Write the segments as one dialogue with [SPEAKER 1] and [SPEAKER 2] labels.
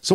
[SPEAKER 1] So,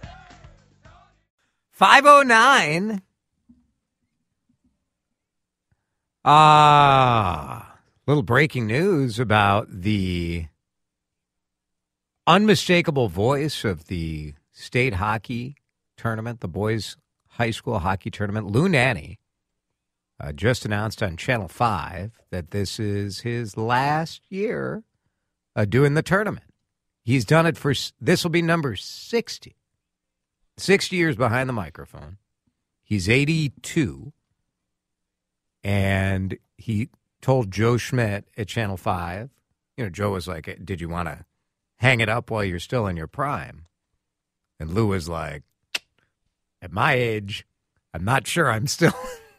[SPEAKER 2] 509. Ah, little breaking news about the unmistakable voice of the state hockey tournament, the boys' high school hockey tournament. Lou Nanny uh, just announced on Channel 5 that this is his last year uh, doing the tournament. He's done it for, this will be number 60. 60 years behind the microphone. He's 82. And he told Joe Schmidt at Channel 5, you know, Joe was like, Did you want to hang it up while you're still in your prime? And Lou was like, At my age, I'm not sure I'm still.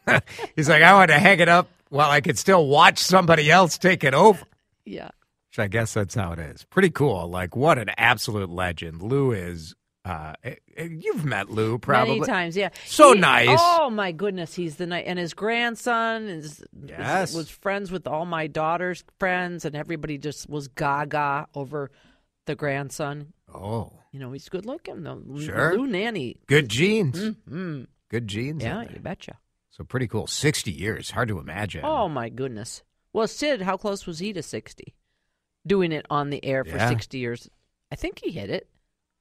[SPEAKER 2] He's like, I want to hang it up while I could still watch somebody else take it over.
[SPEAKER 3] Yeah.
[SPEAKER 2] Which I guess that's how it is. Pretty cool. Like, what an absolute legend. Lou is. Uh, eh, eh, you've met Lou probably.
[SPEAKER 3] Many times, yeah.
[SPEAKER 2] So
[SPEAKER 3] He-
[SPEAKER 2] nice.
[SPEAKER 3] Oh my goodness, he's the night and his grandson is,
[SPEAKER 2] Yes.
[SPEAKER 3] is- was friends with all my daughter's friends and everybody just was gaga over the grandson.
[SPEAKER 2] Oh,
[SPEAKER 3] You know, he's good looking though. L-
[SPEAKER 2] Sure.
[SPEAKER 3] Lou Nanny.
[SPEAKER 2] good genes. Good genes. in
[SPEAKER 3] Mm-hmm. Yeah,
[SPEAKER 2] there.
[SPEAKER 3] you betcha.
[SPEAKER 2] So pretty cool. 60 years. Hard to imagine.
[SPEAKER 3] Oh my goodness. Well, Sid, how close was he to sixty? Doing it on the air for
[SPEAKER 2] Yeah.
[SPEAKER 3] sixty years. I think he hit it,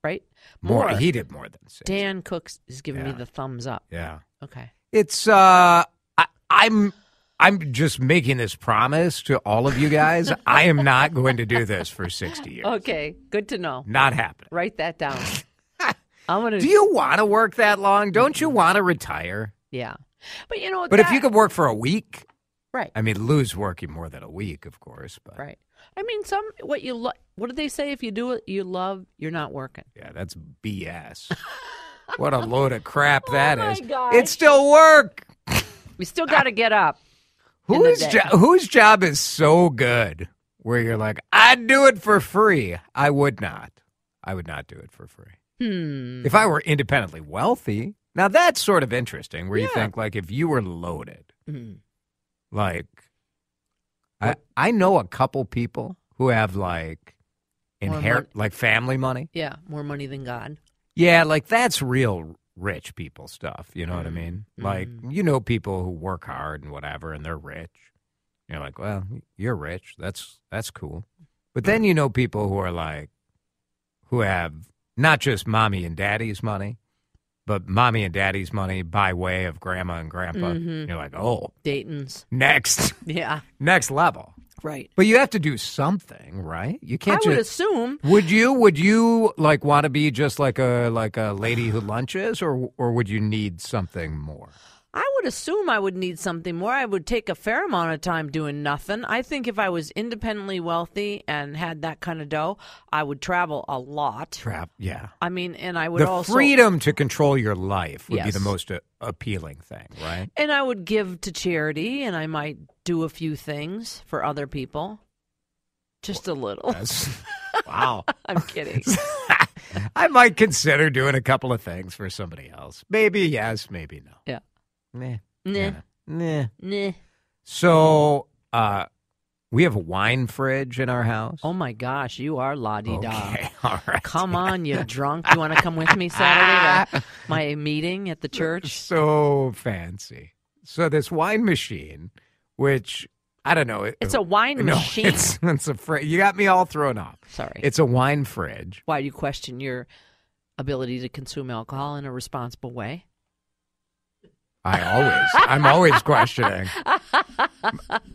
[SPEAKER 3] right?
[SPEAKER 2] more. He did more than 60.
[SPEAKER 3] Dan Cooks is giving me
[SPEAKER 2] Yeah.
[SPEAKER 3] the thumbs up.
[SPEAKER 2] Yeah.
[SPEAKER 3] Okay.
[SPEAKER 2] It's uh I, I'm I'm just making this promise to all of you guys. I am not going to do this for 60 years.
[SPEAKER 3] Okay. Good to know.
[SPEAKER 2] Not happening.
[SPEAKER 3] Write that down. I'm gonna.
[SPEAKER 2] Do you want to work that long? Don't you want to retire?
[SPEAKER 3] Yeah, but you know.
[SPEAKER 2] But if
[SPEAKER 3] that-
[SPEAKER 2] you could work for a week,
[SPEAKER 3] right,
[SPEAKER 2] I mean, Lou's working more than a week, of course, but
[SPEAKER 3] right. I mean, some what you lo- what do they say? If you do it, you love. You're not working.
[SPEAKER 2] yeah, that's BS. what a load of crap that
[SPEAKER 3] Oh my
[SPEAKER 2] is!
[SPEAKER 3] gosh.
[SPEAKER 2] It's still work.
[SPEAKER 3] We still got to get up. in the
[SPEAKER 2] Whose
[SPEAKER 3] day.
[SPEAKER 2] jo- whose job is so good where you're like, I'd do it for free. I would not. I would not do it for free.
[SPEAKER 3] Hmm.
[SPEAKER 2] If I were independently wealthy, now that's sort of interesting where you
[SPEAKER 3] Yeah.
[SPEAKER 2] think like if you were loaded,
[SPEAKER 3] Mhm.
[SPEAKER 2] like I I know a couple people who have like
[SPEAKER 3] More
[SPEAKER 2] inherit
[SPEAKER 3] money.
[SPEAKER 2] like family money.
[SPEAKER 3] Yeah, more money than God.
[SPEAKER 2] Yeah, like that's real rich people stuff. You know what I
[SPEAKER 3] Mm-hmm.
[SPEAKER 2] mean? Like you know people who work hard and whatever, and they're rich. You're like, well, you're rich. That's that's cool. But then you know people who are like, who have not just mommy and daddy's money, but mommy and daddy's money by way of grandma and grandpa.
[SPEAKER 3] Mm-hmm.
[SPEAKER 2] You're like, oh,
[SPEAKER 3] Dayton's.
[SPEAKER 2] next,
[SPEAKER 3] Yeah.
[SPEAKER 2] next level.
[SPEAKER 3] Right.
[SPEAKER 2] But you have to do something, right? You
[SPEAKER 3] I
[SPEAKER 2] can't
[SPEAKER 3] would
[SPEAKER 2] just.
[SPEAKER 3] assume.
[SPEAKER 2] Would you would you like want to be just like a like a lady who lunches or or would you need something more?
[SPEAKER 3] I would assume I would need something more. I would take a fair amount of time doing nothing. I think if I was independently wealthy and had that kind of dough, I would travel a lot.
[SPEAKER 2] Trap, yeah.
[SPEAKER 3] I mean, and I would
[SPEAKER 2] The
[SPEAKER 3] also
[SPEAKER 2] freedom to control your life would be
[SPEAKER 3] Yes.
[SPEAKER 2] the most uh, appealing thing, right?
[SPEAKER 3] And I would give to charity and I might do a few things for other people. Just a little.
[SPEAKER 2] That's- wow.
[SPEAKER 3] I'm kidding.
[SPEAKER 2] I might consider doing a couple of things for somebody else. Maybe yes, maybe no.
[SPEAKER 3] Yeah.
[SPEAKER 2] Nah.
[SPEAKER 3] Nah,
[SPEAKER 2] Nah.
[SPEAKER 3] nah.
[SPEAKER 2] So, uh we have a wine fridge in our house.
[SPEAKER 3] Oh my gosh, you are la di da.
[SPEAKER 2] okay. All right.
[SPEAKER 3] Come on, you drunk. You want to come with me Saturday to my meeting at the church?
[SPEAKER 2] so fancy. So this wine machine, which I don't know. It-
[SPEAKER 3] It's a wine
[SPEAKER 2] no,
[SPEAKER 3] machine.
[SPEAKER 2] It's, it's a fridge. You got me all thrown off.
[SPEAKER 3] Sorry.
[SPEAKER 2] It's a wine fridge.
[SPEAKER 3] Why do you question your ability to consume alcohol in a responsible way?
[SPEAKER 2] I always, I'm always questioning.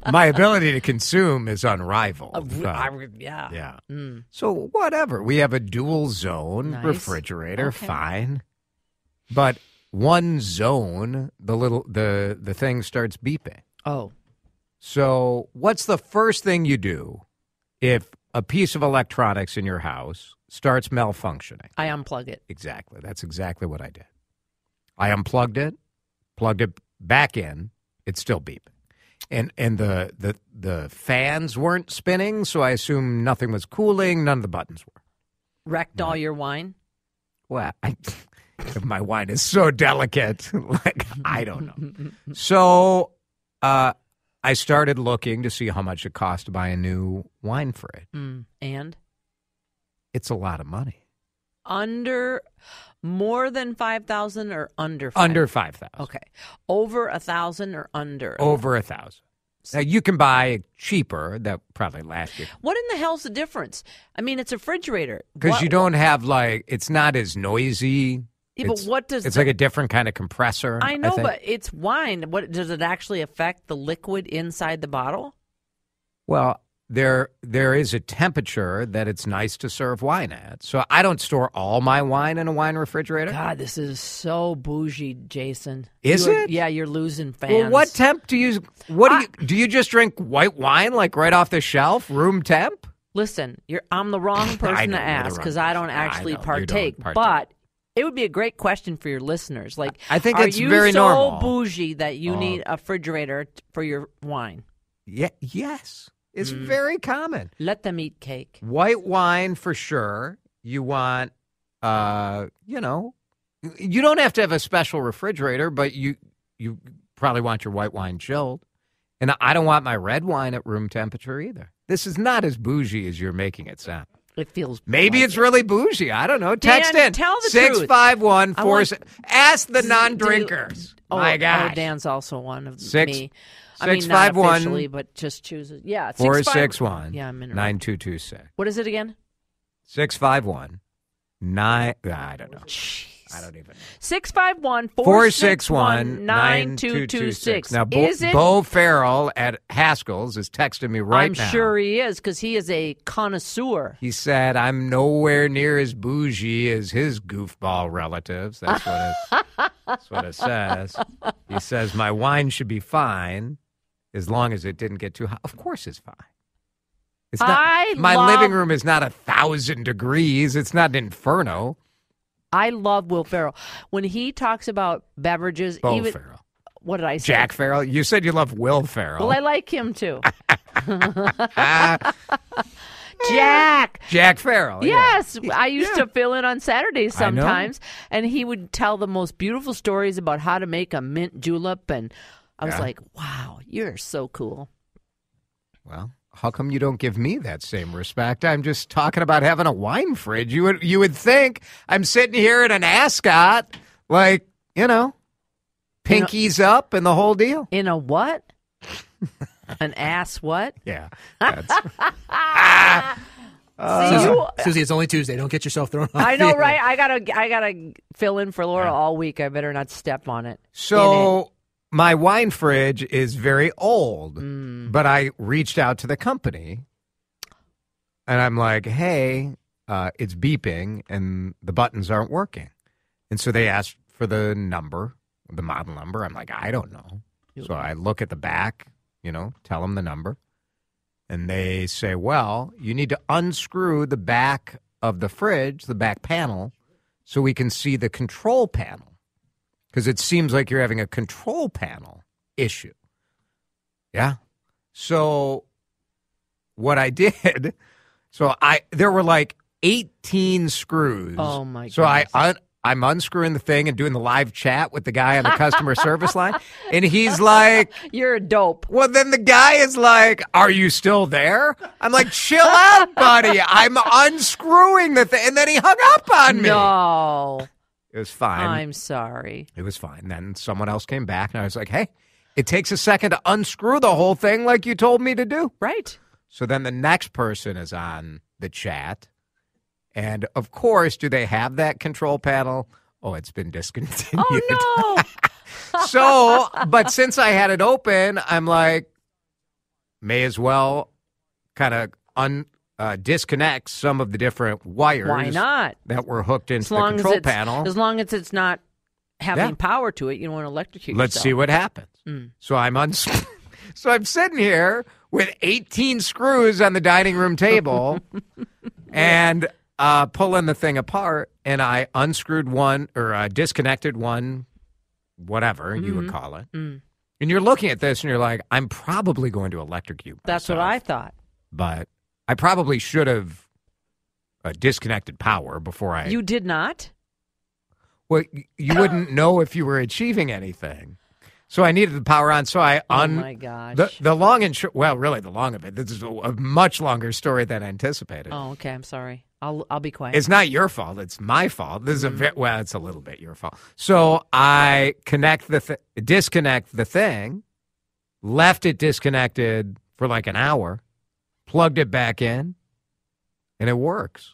[SPEAKER 2] My ability to consume is unrivaled.
[SPEAKER 3] Uh, I would- yeah.
[SPEAKER 2] yeah.
[SPEAKER 3] Mm.
[SPEAKER 2] So whatever. We have a dual zone
[SPEAKER 3] Nice.
[SPEAKER 2] refrigerator,
[SPEAKER 3] Okay.
[SPEAKER 2] fine. But one zone, the little the the thing starts beeping.
[SPEAKER 3] Oh,
[SPEAKER 2] So what's the first thing you do if a piece of electronics in your house starts malfunctioning?
[SPEAKER 3] I unplug it.
[SPEAKER 2] Exactly. That's exactly what I did. I unplugged it, plugged it back in. It's still beeping. And and the the the fans weren't spinning, so I assume nothing was cooling, none of the buttons were.
[SPEAKER 3] Wrecked all your wine.
[SPEAKER 2] Well, I, my wine is so delicate. Like, I don't know. So uh, I started looking to see how much it cost to buy a new wine fridge.
[SPEAKER 3] Mm. And
[SPEAKER 2] It's a lot of money.
[SPEAKER 3] under more than 5,000 or under five?
[SPEAKER 2] Under 5000
[SPEAKER 3] Okay. Over a thousand or under.
[SPEAKER 2] Over a 1000 Now, you can buy cheaper. That probably last you.
[SPEAKER 3] What in the hell's the difference? I mean, it's a refrigerator.
[SPEAKER 2] Because
[SPEAKER 3] What-
[SPEAKER 2] you don't have, like, it's not as noisy.
[SPEAKER 3] Yeah, but
[SPEAKER 2] It's-
[SPEAKER 3] what does
[SPEAKER 2] It's
[SPEAKER 3] the-
[SPEAKER 2] like a different kind of compressor.
[SPEAKER 3] I know,
[SPEAKER 2] think.
[SPEAKER 3] but it's wine. What does it actually affect the liquid inside the bottle?
[SPEAKER 2] Well, there there is a temperature that it's nice to serve wine at. So I don't store all my wine in a wine refrigerator.
[SPEAKER 3] God, this is so bougie, Jason.
[SPEAKER 2] Is
[SPEAKER 3] You're-
[SPEAKER 2] it?
[SPEAKER 3] Yeah, you're losing fans.
[SPEAKER 2] Well, what temp do you what
[SPEAKER 3] I-
[SPEAKER 2] do you do you just drink white wine like right off the shelf, room temp?
[SPEAKER 3] Listen, you're I'm the wrong
[SPEAKER 2] I
[SPEAKER 3] person
[SPEAKER 2] know, you're
[SPEAKER 3] to
[SPEAKER 2] the
[SPEAKER 3] ask
[SPEAKER 2] wrong
[SPEAKER 3] because I don't
[SPEAKER 2] person. I
[SPEAKER 3] actually
[SPEAKER 2] know, you don't
[SPEAKER 3] partake,
[SPEAKER 2] partake.
[SPEAKER 3] But it would be a great question for your listeners. Like,
[SPEAKER 2] I think
[SPEAKER 3] are
[SPEAKER 2] it's
[SPEAKER 3] you
[SPEAKER 2] very
[SPEAKER 3] so
[SPEAKER 2] normal.
[SPEAKER 3] bougie that you
[SPEAKER 2] Uh,
[SPEAKER 3] need a refrigerator t- for your wine?
[SPEAKER 2] Yeah, yes. It's
[SPEAKER 3] Mm.
[SPEAKER 2] very common.
[SPEAKER 3] Let them eat cake.
[SPEAKER 2] White wine for sure. You want uh, you know, you don't have to have a special refrigerator, but you you probably want your white wine chilled. And I don't want my red wine at room temperature either. This is not as bougie as you're making it sound.
[SPEAKER 3] It feels
[SPEAKER 2] Maybe
[SPEAKER 3] like
[SPEAKER 2] it's really bougie. I don't know. Text
[SPEAKER 3] Dan,
[SPEAKER 2] in
[SPEAKER 3] tell the truth.
[SPEAKER 2] six five one
[SPEAKER 3] I
[SPEAKER 2] four.
[SPEAKER 3] want-
[SPEAKER 2] se- Ask the
[SPEAKER 3] Do-
[SPEAKER 2] non-drinkers.
[SPEAKER 3] Oh,
[SPEAKER 2] My
[SPEAKER 3] oh,
[SPEAKER 2] gosh.
[SPEAKER 3] Dan's also one of
[SPEAKER 2] Six-
[SPEAKER 3] me. I
[SPEAKER 2] six,
[SPEAKER 3] mean, not
[SPEAKER 2] five, one,
[SPEAKER 3] officially, but just chooses. Yeah,
[SPEAKER 2] Four
[SPEAKER 3] five-
[SPEAKER 2] six one.
[SPEAKER 3] Yeah, I'm in. a-
[SPEAKER 2] Nine two two six.
[SPEAKER 3] What is it again?
[SPEAKER 2] Six five one. Nine. I don't know. I
[SPEAKER 3] Jeez.
[SPEAKER 2] don't even. know.
[SPEAKER 3] Six five one
[SPEAKER 2] Four
[SPEAKER 3] four
[SPEAKER 2] six one nine two two six. Now, Bo, Bo Farrell at Haskell's is texting me right
[SPEAKER 3] I'm
[SPEAKER 2] now.
[SPEAKER 3] sure he is because he is a connoisseur.
[SPEAKER 2] He said, "I'm nowhere near as bougie as his goofball relatives." That's what it, that's what it says. He says, "My wine should be fine, as long as it didn't get too hot." Of course, it's fine. It's not.
[SPEAKER 3] I
[SPEAKER 2] my
[SPEAKER 3] love-
[SPEAKER 2] living room is not a thousand degrees. It's not an inferno.
[SPEAKER 3] I love Will Ferrell when he talks about beverages.
[SPEAKER 2] Bo
[SPEAKER 3] even
[SPEAKER 2] Farrell,
[SPEAKER 3] what did I say?
[SPEAKER 2] Jack Farrell. You said you love Will Farrell.
[SPEAKER 3] Well, I like him too.
[SPEAKER 2] Ah,
[SPEAKER 3] Jack.
[SPEAKER 2] Jack Farrell. Oh, yeah.
[SPEAKER 3] Yes, I used to fill in on Saturdays
[SPEAKER 2] I know.
[SPEAKER 3] sometimes, and he would tell the most beautiful stories about how to make a mint julep, and I was
[SPEAKER 2] Yeah.
[SPEAKER 3] like, "Wow, you're so cool."
[SPEAKER 2] Well, how come you don't give me that same respect? I'm just talking about having a wine fridge. You would you would think I'm sitting here in an ascot, like you know,
[SPEAKER 3] You know-
[SPEAKER 2] pinkies up and the whole deal.
[SPEAKER 3] In a what? An ass what?
[SPEAKER 2] Yeah, that's
[SPEAKER 3] See, Uh-huh. you,
[SPEAKER 4] Susie, it's only Tuesday. Don't get yourself thrown off.
[SPEAKER 3] I know,
[SPEAKER 4] the-
[SPEAKER 3] right? I gotta, I gotta fill in for Laura all week. I better not step on it. In
[SPEAKER 2] so. My wine fridge is very old,
[SPEAKER 3] Mm.
[SPEAKER 2] but I reached out to the company, and I'm like, "Hey, uh, it's beeping, and the buttons aren't working." And so they asked for the number, the model number. I'm like, I don't know. So I look at the back, you know, tell them the number. And they say, well, you need to unscrew the back of the fridge, the back panel, so we can see the control panel. Because it seems like you're having a control panel issue. Yeah. So what I did, so I, there were like 18 screws.
[SPEAKER 3] Oh, my
[SPEAKER 2] So I
[SPEAKER 3] goodness.
[SPEAKER 2] un- I'm unscrewing the thing and doing the live chat with the guy on the customer service line. And he's like,
[SPEAKER 3] it. You're a dope.
[SPEAKER 2] well, then the guy is like, Are you still there? I'm like, Chill out, buddy. I'm unscrewing the thing. And then he hung up on me.
[SPEAKER 3] No,
[SPEAKER 2] It was fine.
[SPEAKER 3] I'm sorry.
[SPEAKER 2] It was fine. Then someone else came back and I was like, Hey, It takes a second to unscrew the whole thing like you told me to do.
[SPEAKER 3] Right.
[SPEAKER 2] So then the next person is on the chat. And of course, do they have that control panel? Oh, it's been discontinued.
[SPEAKER 3] Oh no.
[SPEAKER 2] so, but since I had it open, I'm like, may as well kind of un uh, disconnect some of the different wires.
[SPEAKER 3] Why not?
[SPEAKER 2] That were hooked into
[SPEAKER 3] As long
[SPEAKER 2] the
[SPEAKER 3] as
[SPEAKER 2] control
[SPEAKER 3] it's
[SPEAKER 2] panel.
[SPEAKER 3] as long as it's not having
[SPEAKER 2] Yeah.
[SPEAKER 3] power to it, you don't want to electrocute
[SPEAKER 2] Let's see
[SPEAKER 3] yourself.
[SPEAKER 2] what happens. So I'm uns- so I'm sitting here with 18 screws on the dining room table and uh, pulling the thing apart. And I unscrewed one or uh, disconnected one, whatever you would call it. And you're looking at this and you're like, I'm probably going to electrocute.
[SPEAKER 3] That's what
[SPEAKER 2] myself,
[SPEAKER 3] I thought.
[SPEAKER 2] But I probably should have uh, disconnected power before I.
[SPEAKER 3] You did not?
[SPEAKER 2] Well, y- you wouldn't know if you were achieving anything. So I needed the power on. So I
[SPEAKER 3] Oh
[SPEAKER 2] un.
[SPEAKER 3] my gosh.
[SPEAKER 2] The, the long and short, well, really, the long of it. This is a, a much longer story than anticipated.
[SPEAKER 3] Oh, okay. I'm sorry. I'll I'll be quiet.
[SPEAKER 2] It's not your fault. It's my fault. This is
[SPEAKER 3] Mm-hmm.
[SPEAKER 2] a ve- well, it's a little bit your fault. So I connect the th- disconnect the thing, left it disconnected for like an hour, plugged it back in, and it works.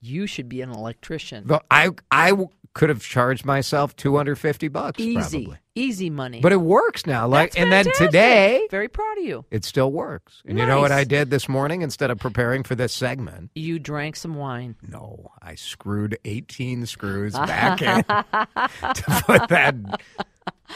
[SPEAKER 3] you should be an electrician.
[SPEAKER 2] The, I I w- could have charged myself two hundred fifty bucks,
[SPEAKER 3] Easy.
[SPEAKER 2] probably,
[SPEAKER 3] Easy money.
[SPEAKER 2] but it works now. Like,
[SPEAKER 3] That's
[SPEAKER 2] and
[SPEAKER 3] fantastic.
[SPEAKER 2] then today.
[SPEAKER 3] Very proud of you.
[SPEAKER 2] It still works. And you know what
[SPEAKER 3] Nice.
[SPEAKER 2] I did this morning instead of preparing for this segment?
[SPEAKER 3] You drank some wine.
[SPEAKER 2] No, I screwed 18 screws back in to put that.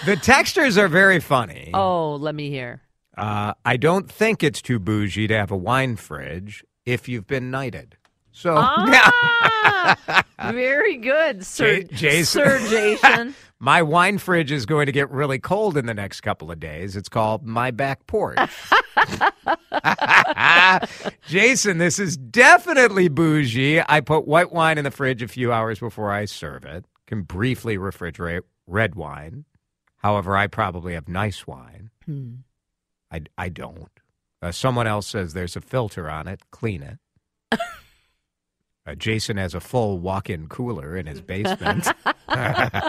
[SPEAKER 2] The textures are very funny.
[SPEAKER 3] Oh, let me hear.
[SPEAKER 2] Uh, I don't think it's too bougie to have a wine fridge if you've been knighted. So,
[SPEAKER 3] Ah, very good, Sir
[SPEAKER 2] J- Jason.
[SPEAKER 3] Sir Jason.
[SPEAKER 2] my wine fridge is going to get really cold in the next couple of days. It's called my back porch. Ah, Jason, this is definitely bougie. I put white wine in the fridge a few hours before I serve it. Can briefly refrigerate red wine. However, I probably have nice wine. I, I don't. Uh, someone else says there's a filter on it. Clean it. Uh, Jason has a full walk-in cooler in his basement.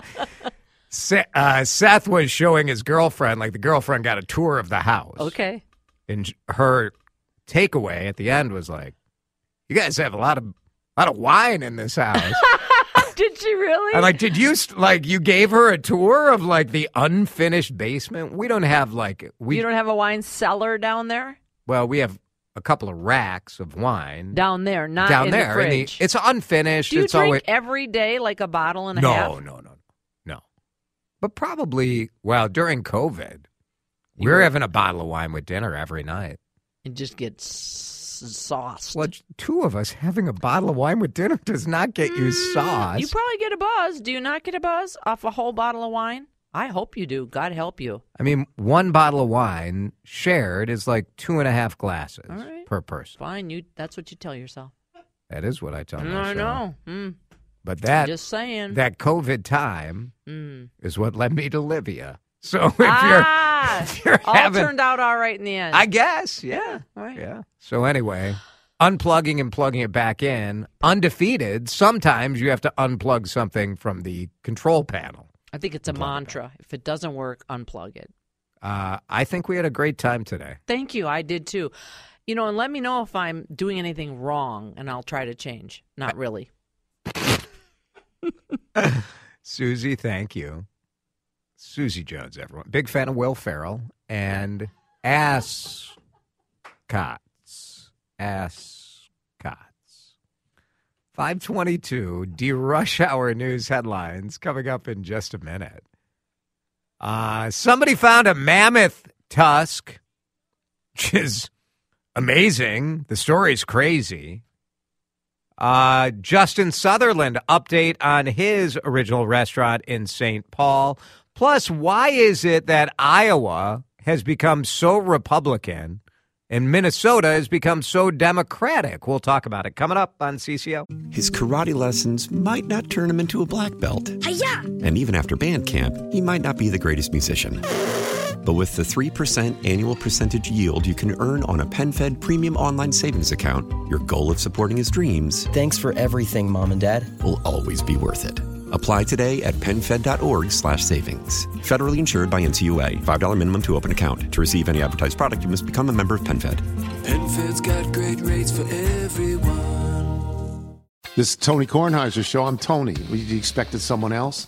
[SPEAKER 2] Se- uh, Seth was showing his girlfriend, like the girlfriend got a tour of the house.
[SPEAKER 3] Okay.
[SPEAKER 2] And sh- her takeaway at the end was like, "You guys have a lot of lot of wine in this house."
[SPEAKER 3] Did she really?
[SPEAKER 2] I'm like, "Did you st- like you gave her a tour of like the unfinished basement? We don't have like we
[SPEAKER 3] you don't have a wine cellar down there?
[SPEAKER 2] well, we have a couple of racks of wine
[SPEAKER 3] Down there, not
[SPEAKER 2] down
[SPEAKER 3] in
[SPEAKER 2] there.
[SPEAKER 3] the
[SPEAKER 2] in the-
[SPEAKER 3] fridge.
[SPEAKER 2] it's unfinished.
[SPEAKER 3] Do you
[SPEAKER 2] it's
[SPEAKER 3] drink
[SPEAKER 2] always
[SPEAKER 3] every day like a bottle and a
[SPEAKER 2] no,
[SPEAKER 3] half?
[SPEAKER 2] no, no, no. But probably, well, during COVID, we were having a bottle of wine with dinner every night.
[SPEAKER 3] It just gets s- sauced.
[SPEAKER 2] Well, two of us having a bottle of wine with dinner does not get you sauce.
[SPEAKER 3] Mm, You probably get a buzz. Do you not get a buzz off a whole bottle of wine? I hope you do. God help you.
[SPEAKER 2] I mean, one bottle of wine shared is like two and a half glasses
[SPEAKER 3] All right.
[SPEAKER 2] per person.
[SPEAKER 3] Fine, you. That's what you tell yourself.
[SPEAKER 2] That is what I tell myself.
[SPEAKER 3] I know. Mm,
[SPEAKER 2] But
[SPEAKER 3] I'm
[SPEAKER 2] that
[SPEAKER 3] just saying.
[SPEAKER 2] that COVID time
[SPEAKER 3] Mm.
[SPEAKER 2] is what led me to Livia. So if
[SPEAKER 3] ah,
[SPEAKER 2] if you're
[SPEAKER 3] all
[SPEAKER 2] having-
[SPEAKER 3] turned out all right in the
[SPEAKER 2] you're,
[SPEAKER 3] end.
[SPEAKER 2] I guess, yeah,
[SPEAKER 3] all right.
[SPEAKER 2] yeah. So anyway, unplugging and plugging it back in, undefeated. Sometimes you have to unplug something from the control panel.
[SPEAKER 3] I think it's a mantra. If it doesn't work, unplug it.
[SPEAKER 2] Uh, I think we had a great time today.
[SPEAKER 3] Thank you. I did too. You know, and let me know if I'm doing anything wrong, and I'll try to change. Not really.
[SPEAKER 2] Susie, thank you. Susie Jones, everyone. Big fan of Will Ferrell and ascots. Ascots. 522 D Rush Hour News headlines coming up in just a minute. Uh, somebody found a mammoth tusk, which is amazing. The story's crazy. Uh, Justin Sutherland update on his original restaurant in St. Paul. Plus, why is it that Iowa has become so Republican and Minnesota has become so Democratic? We'll talk about it coming up on CCO.
[SPEAKER 5] His karate lessons might not turn him into a black belt. And even after band camp, he might not be the greatest musician. But with the 3% annual percentage yield you can earn on a PenFed Premium Online Savings Account, your goal of supporting his dreams
[SPEAKER 6] Thanks for everything, Mom and Dad.
[SPEAKER 5] will always be worth it. Apply today at PenFed.org slash savings. Federally insured by NCUA. $5 minimum to open account. To receive any advertised product, you must become a member of PenFed.
[SPEAKER 7] Penfed's got great rates for everyone.
[SPEAKER 1] This is Tony Kornheiser's show. I'm Tony. You expected someone else.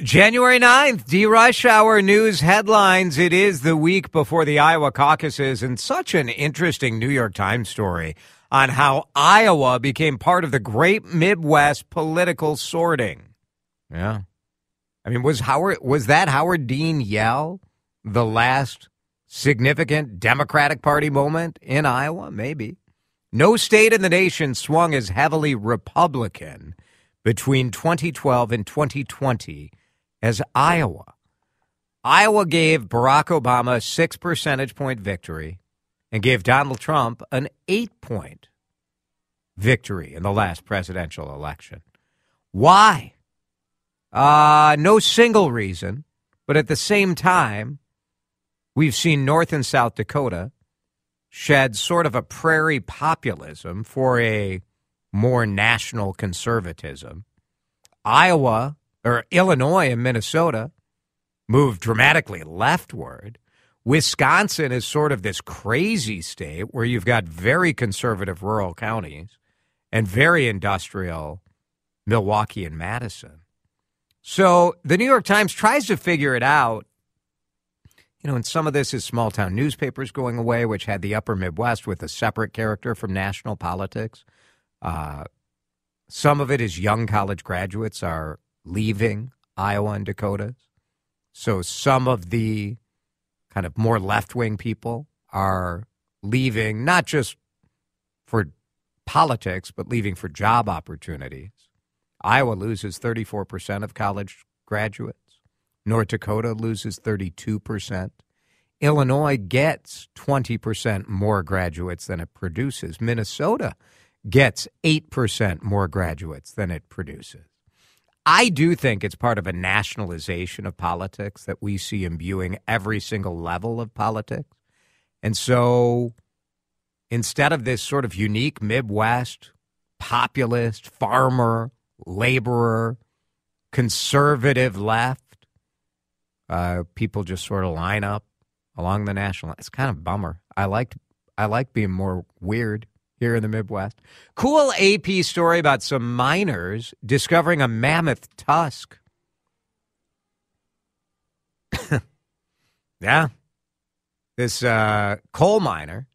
[SPEAKER 2] January 9th, D Rush Hour News headlines. It is the week before the Iowa caucuses, and such an interesting New York Times story on how Iowa became part of the great Midwest political sorting. Yeah. I mean, was Howard was that Howard Dean Yell the last significant Democratic Party moment in Iowa? Maybe. No state in the nation swung as heavily Republican between 2012 and 2020 as Iowa. Iowa gave Barack Obama a six percentage point victory and gave Donald Trump an eight point victory in the last presidential election. Why? Uh, no single reason, but at the same time, we've seen North and South Dakota shed sort of a prairie populism for a more national conservatism. Iowa or Illinois and Minnesota moved dramatically leftward. Wisconsin is sort of this crazy state where you've got very conservative rural counties and very industrial Milwaukee and Madison. So the New York Times tries to figure it out. You know, and some of this is small town newspapers going away, which had the upper Midwest with a separate character from national politics. Uh, some of it is young college graduates are leaving Iowa and Dakotas. So some of the kind of more left wing people are leaving, not just for politics, but leaving for job opportunities. Iowa loses 34% of college graduates, North Dakota loses 32%. Illinois gets 20% more graduates than it produces. Minnesota gets 8% more graduates than it produces. I do think it's part of a nationalization of politics that we see imbuing every single level of politics. And so instead of this sort of unique Midwest populist, farmer, laborer, conservative left, uh, people just sort of line up along the national. It's kind of a bummer. I liked I like being more weird here in the Midwest. Cool AP story about some miners discovering a mammoth tusk. yeah. This uh, coal miner,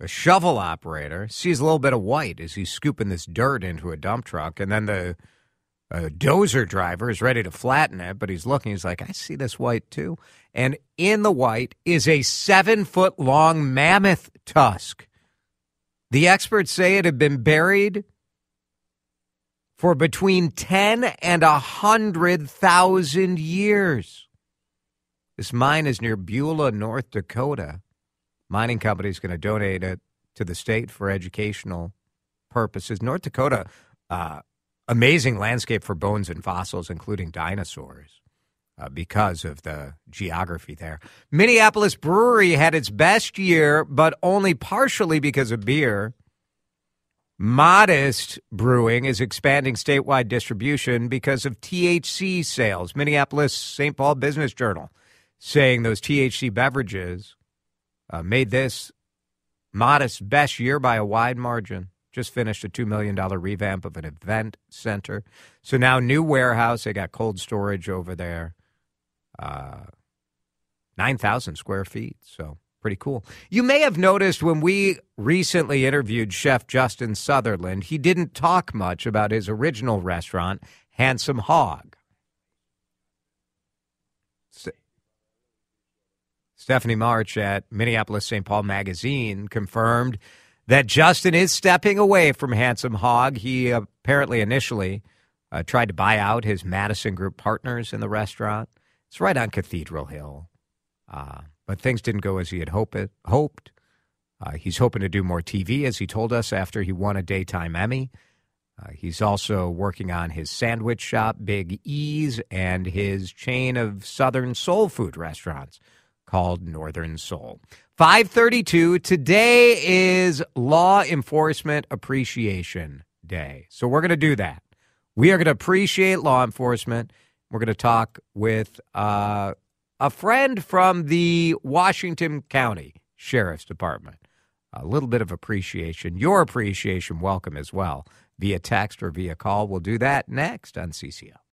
[SPEAKER 2] a shovel operator, sees a little bit of white as he's scooping this dirt into a dump truck. And then the a dozer driver is ready to flatten it, but he's looking. He's like, I see this white too. And in the white is a seven foot long mammoth tusk. The experts say it had been buried for between 10 and 100,000 years. This mine is near Beulah, North Dakota. Mining company is going to donate it to the state for educational purposes. North Dakota, uh, amazing landscape for bones and fossils, including dinosaurs, uh, because of the geography there. Minneapolis Brewery had its best year, but only partially because of beer. Modest Brewing is expanding statewide distribution because of THC sales. Minneapolis St. Paul Business Journal saying those THC beverages uh, made this modest best year by a wide margin just finished a $2 million revamp of an event center. So now, new warehouse. They got cold storage over there, uh, 9,000 square feet. So, pretty cool. You may have noticed when we recently interviewed Chef Justin Sutherland, he didn't talk much about his original restaurant, Handsome Hog. Ste- Stephanie March at Minneapolis St. Paul Magazine confirmed that Justin is stepping away from Handsome Hog. He apparently initially uh, tried to buy out his Madison Group partners in the restaurant. It's right on Cathedral Hill. Uh, but things didn't go as he had hope it, hoped. Uh, he's hoping to do more TV, as he told us after he won a daytime Emmy. Uh, he's also working on his sandwich shop, Big E's, and his chain of Southern soul food restaurants called Northern Soul. 532 today is law enforcement appreciation day so we're going to do that we are going to appreciate law enforcement we're going to talk with uh, a friend from the washington county sheriff's department a little bit of appreciation your appreciation welcome as well via text or via call we'll do that next on cco